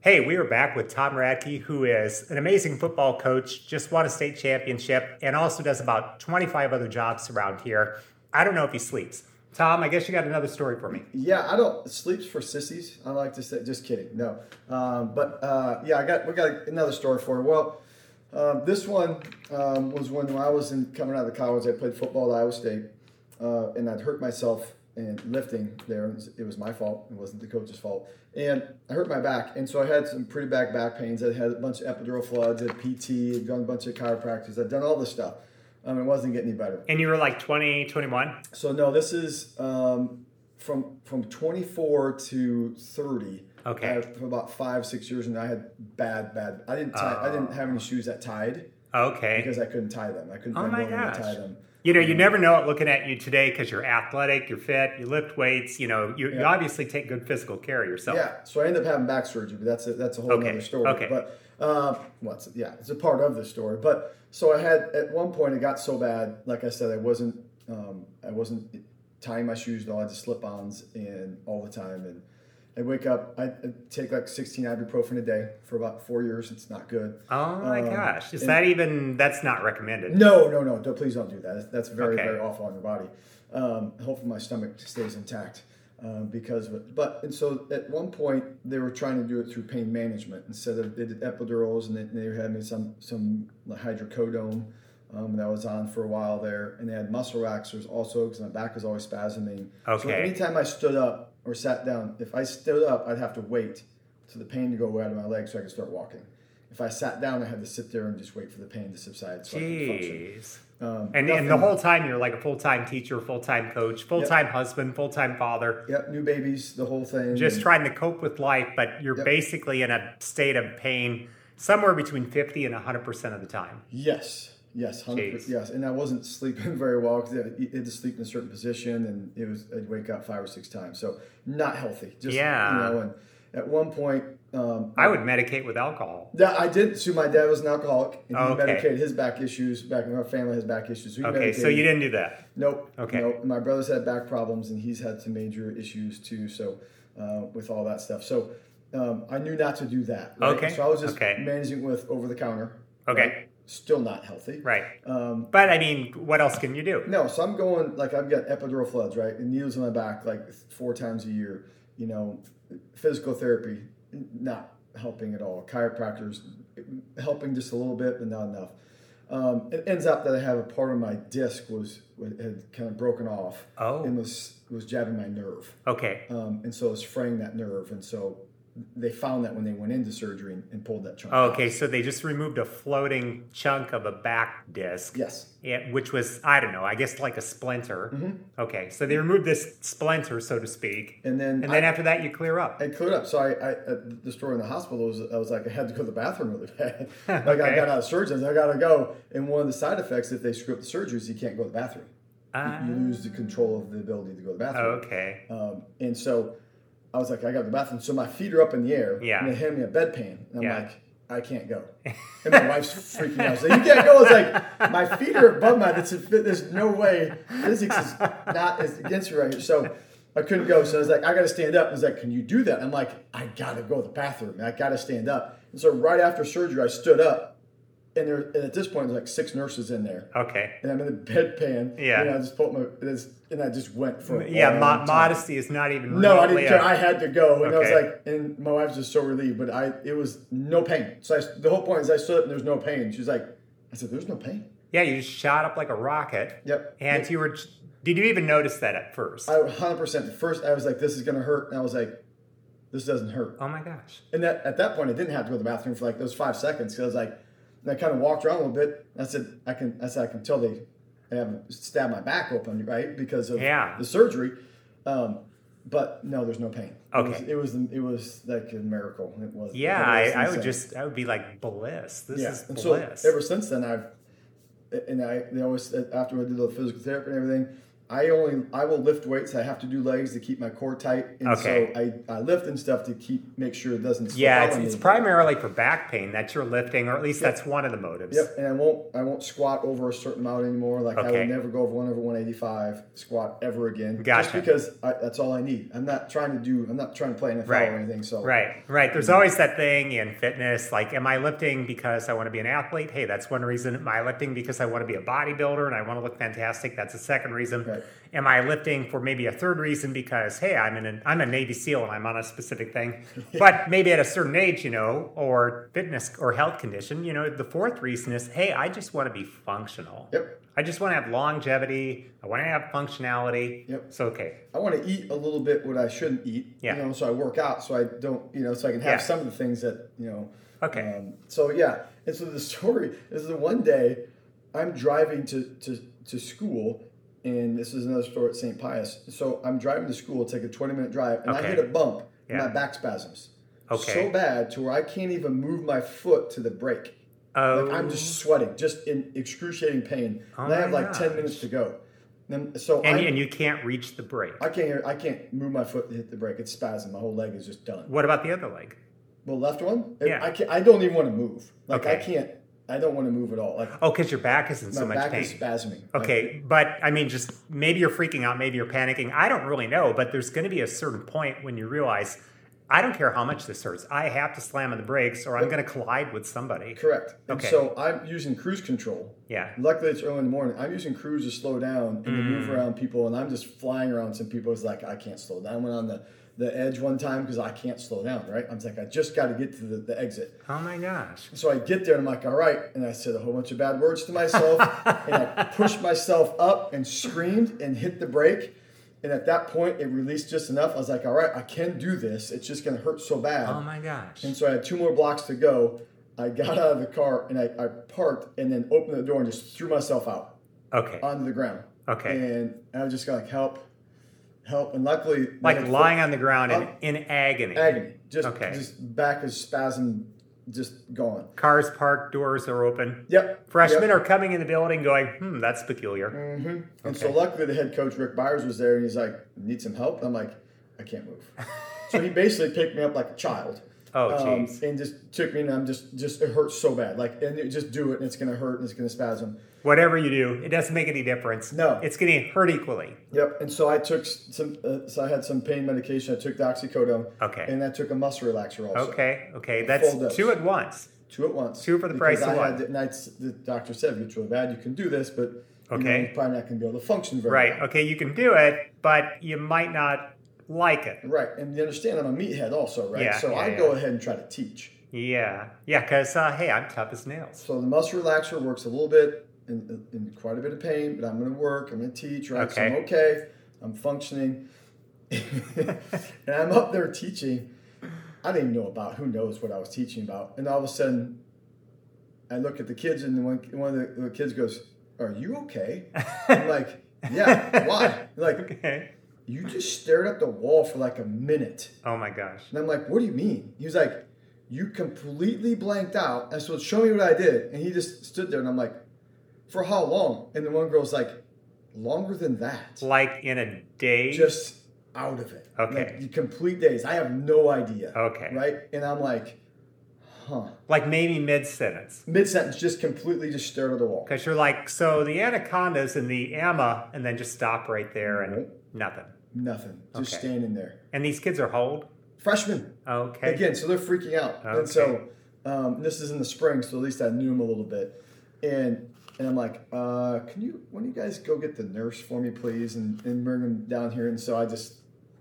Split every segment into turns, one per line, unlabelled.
Hey, we are back with Tom Radke, who is an amazing football coach, just won a state championship, and also does about 25 other jobs around here. I don't know if he sleeps. Tom, I guess you got another story for me.
Yeah, I don't sleeps for sissies. I like to say, just kidding, no. Um, but uh, yeah, I got we got another story for. You. Well, um, this one um, was when I was in coming out of college. I played football at Iowa State, uh, and I'd hurt myself and lifting there. It was my fault. It wasn't the coach's fault. And I hurt my back, and so I had some pretty bad back pains. I had a bunch of epidural floods, I had PT, I'd done a bunch of chiropractors, I'd done all this stuff. Um, it wasn't getting any better.
And you were like 20, 21?
So no, this is um, from from 24 to 30.
Okay.
I, for about five, six years, and I had bad, bad. I didn't tie, I
Uh.
didn't have any shoes that tied
Okay.
because I couldn't tie them. I couldn't
Oh
bend
my
over and
gosh.
tie them.
You know, you never know it looking at you today because you're athletic, you're fit, you lift weights. You know, you, you
Yeah.
obviously take good physical care of yourself.
Yeah, so I ended up having back surgery, but that's a, that's a whole
Okay,
other story.
okay.
But um, well, it's, yeah, it's a part of the story. But so I had at one point it got so bad, like I said, I wasn't um, I wasn't tying my shoes, and all I had to slip-ons and all the time. And I wake up, I I take like 16 ibuprofen a day for about four years. It's not good.
Oh my
Um,
gosh, is
and-
that even? That's not recommended.
No, no, no, don't, please don't do that. That's- That's very,
Okay.
very awful on your body. Um, hopefully, my stomach stays intact um, because of it. But, and so at one point, they were trying to do it through pain management instead of they did epidurals and they, they had me some, some hydrocodone um, that I was on for a while there. And they had muscle relaxers also because my back was always spasming. So
Okay.
anytime I stood up or sat down, if I stood up, I'd have to wait for the pain to go out of my legs so I could start walking. If I sat down, I had to sit there and just wait for the pain to subside so I could function.
Jeez.
Um,
And, and the
nothing.
whole time you're like a full time teacher, full time coach, full time husband, full time father,
Yep, new babies, the whole thing.
just
and-
trying to cope with life, but you're basically in a state of pain somewhere between 50 and 100% of the time.
Yes, yes, 100
Jeez.
yes. And I wasn't sleeping very well because I had to sleep in a certain position, and it was I'd wake up five or six times, so not healthy. Just
Yeah.
you know, and at one point, um,
I would medicate with alcohol.
that I did. So my dad was an alcoholic, and he
Okay.
medicated his back issues. Back in our family has back issues. So he
Okay, so
medicated-
you didn't do that.
Nope.
Okay.
Nope. My brother's had back problems, and he's had some major issues too. So, uh, with all that stuff, so um, I knew not to do that. right?
Okay.
So I was just
Okay.
managing with over the counter.
Okay.
Still not healthy.
Right.
Um,
But I mean, what else can you do?
no, so I'm going like I've got epidural floods, right, and needles in my back like four times a year. You know, physical therapy not helping at all. Chiropractors helping just a little bit, but not enough. Um, it ends up that I have a part of my disc was had kind of broken off
Oh.
and was was jabbing my nerve,
Okay.
um, and so it's fraying that nerve, and so they found that when they went into surgery and, and pulled that chunk. out.
Okay, so they just removed a floating chunk of a back disc,
Yes.
yeah, which was, I don't know, I guess like a splinter. Okay, so they removed this splinter, so to speak.
Mm-hmm. And then
And then
I-
after that, you clear up.
I cleared up. So I, I at the story in the hospital was I was like I had to go to the bathroom really bad. like
Okay.
I got out of surgeons, I gotta go. And one of the side effects if they screw up the surgery is you can't go to the bathroom.
Ah,
You lose the control of the ability to go to the bathroom.
okay.
Um, and so I was like, I got to the bathroom. So my feet are up in the air.
Yeah.
And they hand me a bedpan. And I'm
Yeah.
like, I can't go. And my wife's freaking out. She's like, you can't go. It's like, my feet are above my, that's a, there's no way. Physics is not is against me right here. So I couldn't go. So I was like, I got to stand up. And I was like, can you do that? I'm like, I got to go to the bathroom. I got to stand up. And so right after surgery, I stood up. And, there, and at this point, there's like six nurses in there.
Okay.
And I'm in the bedpan.
Yeah.
And I just pulled my, and it's- and I just went for a
Yeah,
long
mo-
time.
modesty is not even.
No, I
remotely
didn't
a-
care. I had to go, and I
Okay.
was like, and my wife's just so relieved. But I, it was no pain. So I, the whole point is, I stood up and there's no pain. She's like, I said, there's no pain.
yeah, you just shot up like a rocket.
Yep.
And you were. Did you even notice that at first?
I 100. percent At first, I was like, this is gonna hurt, and I was like, this doesn't hurt.
oh my gosh.
And that at that point, I didn't have to go to the bathroom for like those five seconds. Cause I was like, and I kind of walked around a little bit. And I said, I can, I said, I can tell they, I haven't stabbed my back open, right, because of
Yeah.
the surgery. Um, but no, there's no pain.
Okay.
It was, it was, it was like a miracle. It was.
Yeah,
it
I,
was
I would
insane.
just. I would be like bliss. This
yeah.
is
and so
bliss.
uh, ever since then, I've and I they always after I did the physical therapy and everything, I only I will lift weights. I have to do legs to keep my core tight, and
Okay.
so I, I lift and stuff to keep make sure it doesn't.
Yeah, it's,
swallow
it's
me.
primarily for back pain that you're lifting, or at least that's one of the motives.
Yep, and I won't I won't squat over a certain amount anymore. Like I
Okay.
would never go over one over one eighty five squat ever again.
Gotcha.
Just because I, that's all I need. I'm not trying to do. I'm not trying to play NFL
Right.
or anything. So
Right, right. There's always that thing in fitness like, am I lifting because I want to be an athlete? Hey, that's one reason. Am I lifting because I want to be a bodybuilder and I want to look fantastic? That's a second reason.
Right.
Am I lifting for maybe a third reason because, hey, I'm, in an, I'm a Navy SEAL and I'm on a specific thing? But maybe at a certain age, you know, or fitness or health condition, you know, the fourth reason is, hey, I just want to be functional.
Yep.
I just want to have longevity. I want to have functionality.
Yep.
So, okay.
I want to eat a little bit what I shouldn't eat.
Yeah.
You know, so I work out so I don't, you know, so I can have
Yeah.
some of the things that, you know.
Okay.
Um, so yeah. And so the story is the one day I'm driving to, to, to school and this is another store at St. Pius. So I'm driving to school, take a 20 minute drive and
Okay.
I hit a bump and
Yeah.
my back spasms.
Okay.
So bad to where I can't even move my foot to the brake.
Oh,
Like I'm just sweating, just in excruciating pain.
Oh
and I
my
have like
gosh.
10 minutes to go. And so
Oh, and,
I'm,
and you can't reach the brake.
I can't. hear- I can't move my foot to hit the brake. It's spasm. My whole leg is just done.
What about the other leg?
The left one.
Mm. Yeah.
I can't. I don't even want to move. Like I
Okay.
can't. I don't want to move at all. Like
Oh, because your back is in
my
so much
back
pain.
is spasming.
Okay, but I mean, just maybe you're freaking out, maybe you're panicking. I don't really know, but there's going to be a certain point when you realize, I don't care how much this hurts, I have to slam on the brakes or I'm going to collide with somebody.
Like, correct. And
Okay.
So I'm using cruise control.
Yeah.
Luckily, it's early in the morning. I'm using cruise to slow down and to
Mm.
move around people, and I'm just flying around some people. It's like I can't slow down. I went on the the edge one time because I can't slow down. Right. I'm like I just got to get to the, the exit.
Oh my gosh.
So I get there and I'm like, all right. And I said a whole bunch of bad words to myself. and I pushed myself up and screamed and hit the brake. And at that point, it released just enough. I was like, all right, I can do this. It's just going to hurt so bad.
Oh my gosh.
And so I had two more blocks to go. I got out of the car and I, I parked and then opened the door and just threw myself out
Okay.
onto the ground.
Okay.
And I was just like, help, help. And luckily, they
Like
had-
lying on the ground in,
Oh.
in agony.
agony. Just,
Okay.
just back is spasm, just gone.
Cars parked, doors are open.
Yep.
Freshmen
yep. Mm,
are coming in the building going, hmm, that's peculiar.
And so luckily the head coach Rick Byers was there and he's like, need some help? I'm like, I can't move. so he basically picked me up like a child.
Oh,
um,
jeez.
and just took me and I'm just just it hurts so bad. Like and it, just do it and it's gonna hurt and it's gonna spasm.
Whatever you do, it doesn't make any difference.
No.
It's going to hurt equally.
Yep. And so I took s- some uh, so I had some pain medication. I took the oxycodone.
Okay.
And I took a muscle relaxer also.
Okay, okay,
full
that's
dose.
two at once.
Two at once.
Two for the
Because
price of
I had
one.
the- And I, the doctor said, "If you're bad, you can do this, but you, know,
Okay.
you're probably not gonna be able to function very well."
Right, okay, you can do it, but you might not like it.
Right. And you understand I'm a meathead also, right?
Yeah,
so
yeah,
I
yeah.
go ahead and try to teach.
Yeah, yeah, because, uh, hey, I'm tough as nails.
So the muscle relaxer works a little bit in, in quite a bit of pain, but I'm going to work. I'm going to teach. Right? So I'm
Okay.
okay. I'm functioning, and I'm up there teaching. I didn't even know about who knows what I was teaching about, and all of a sudden, I look at the kids, and one one of the, the kids goes, "Are you okay?" I'm like, "Yeah." Why? They're Like
Okay.
you just stared at the wall for like a minute.
Oh my gosh.
And I'm like, what do you mean? He was like, you completely blanked out. And so show me what I did. And he just stood there and I'm like, for how long? And the one girl's like, longer than that.
Like in a day?
Just out of it.
Okay.
Like, you complete days. I have no idea.
Okay.
Right? And I'm like, huh.
Like maybe mid sentence.
Mid sentence, just completely just stared at the wall.
Because you're like, so the anaconda's in the AMA, and then just stop right there and
Right.
nothing.
Nothing. Just
Okay.
standing there.
And these kids are old?
Freshman.
Okay.
Again, so they're freaking out. And so um, this is in the spring, so at least I knew him a little bit. And and I'm like, uh, can you when you guys go get the nurse for me, please, and, and bring him down here? And so I just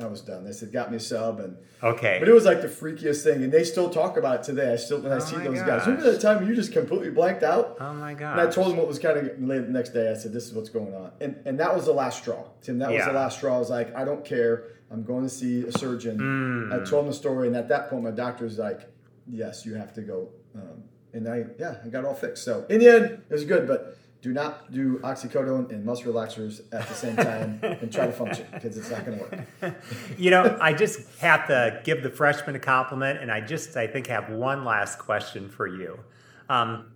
I was done. They said got me a sub and
Okay.
but it was like the freakiest thing, and they still talk about it today. I still when I
Oh
see
my
those
gosh.
guys. Remember that time you just completely blanked out?
oh my gosh.
And I told him what was kind of late the next day. I said, "This is what's going on," and and that was the last straw, Tim. That was
Yeah.
the last straw. I was like, "I don't care. I'm going to see a surgeon." I told him the story, and at that point, my doctor was like, "Yes, you have to go." Um, and I yeah, I got all fixed. So in the end, it was good, but. Do not do oxycodone and muscle relaxers at the same time and try to function because it's not going to work.
You know, I just have to give the freshman a compliment, and I just, I think, have one last question for you. Um,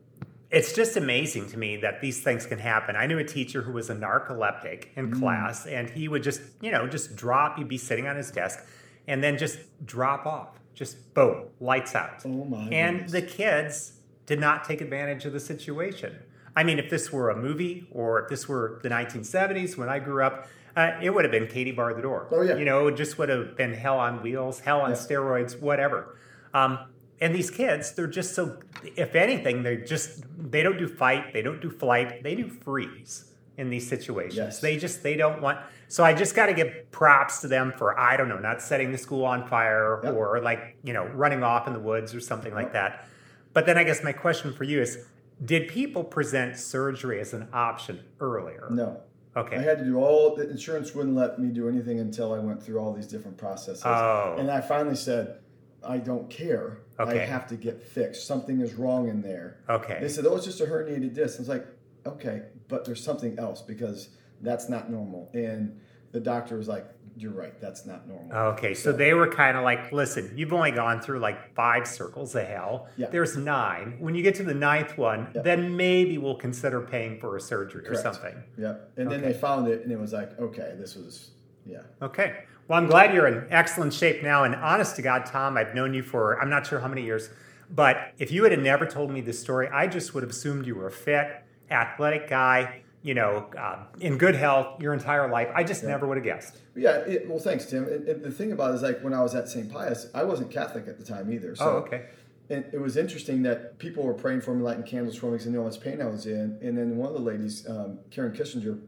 it's just amazing to me that these things can happen. I knew a teacher who was a narcoleptic in
Mm.
class, and he would just, you know, just drop. He'd be sitting on his desk, and then just drop off. Just boom, lights out.
Oh my
And
goodness.
the kids did not take advantage of the situation. I mean, if this were a movie or if this were the 1970s when I grew up, uh, it would have been Katie bar the door.
Oh, yeah.
You know, it just would have been hell on wheels, hell on
Yeah.
steroids, whatever. Um, and these kids, they're just so, if anything, they're just, they don't do fight, they don't do flight, they do freeze in these situations.
Yes.
They just, they don't want, so I just got to give props to them for, I don't know, not setting the school on fire
Yep.
or like, you know, running off in the woods or something like that. But then I guess my question for you is, did people present surgery as an option earlier?
No, I
Okay.
had to do all the insurance wouldn't let me do anything until I went through all these different processes.
Oh.
And I finally said, I don't care. I
Okay.
have to get fixed. Something is wrong in there.
Okay.
They said, oh, it's just a herniated disc. I was like, okay, but there's something else because that's not normal. And the doctor was like, you're right, that's not normal.
Okay, so they were kind of like, listen, you've only gone through like five circles of hell.
Yeah.
There's nine. When you get to the ninth one,
Yeah.
then maybe we'll consider paying for a surgery
Correct.
or something.
Yep. And then
Okay.
they found it and it was like, okay, this was, yeah.
Okay. Well, I'm glad you're in excellent shape now. And honest to God, Tom, I've known you for I'm not sure how many years, but if you had have never told me this story, I just would have assumed you were a fit, athletic guy, you know, uh, in good health your entire life. I just never would have guessed.
Yeah, it, well, thanks, Tim. And, and the thing about it is, like, when I was at St. Pius, I wasn't Catholic at the time either. So
Oh, okay.
and it was interesting that people were praying for me, lighting candles for me, because they knew how much pain I was in. And then one of the ladies, um, Karen Kissinger,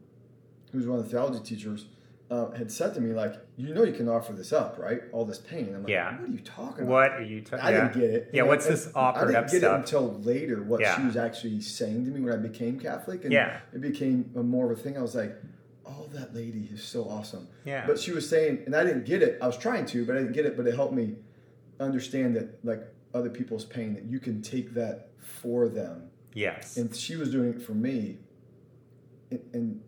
who's one of the theology teachers, uh, had said to me, like, you know, you can offer this up, right? All this pain. I'm like,
Yeah.
what are you talking about?
What are you talking
I didn't get it.
Yeah,
And
what's
I-
this
I
offered
didn't
up
get
stuff?
it until later what
Yeah.
she was actually saying to me when I became Catholic, and
Yeah.
it became a more of a thing. I was like, "Oh, that lady is so awesome."
Yeah.
But she was saying, and I didn't get it. I was trying to, but I didn't get it. But it helped me understand that, like other people's pain, that you can take that for them,
yes.
and she was doing it for me, and, and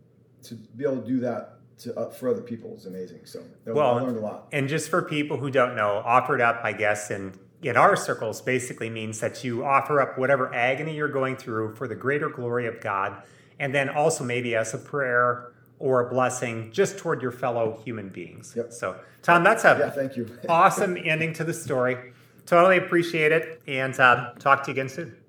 to be able to do that to uh, for other people is amazing. So, I
Well,
learned a lot.
And just for people who don't know, offered up, I guess, in in our circles, basically means that you offer up whatever agony you're going through for the greater glory of God, and then also maybe as a prayer or a blessing just toward your fellow human beings.
Yep.
So, Tom, that's a
Yeah, thank you.
awesome ending to the story. Totally appreciate it, and uh, talk to you again soon.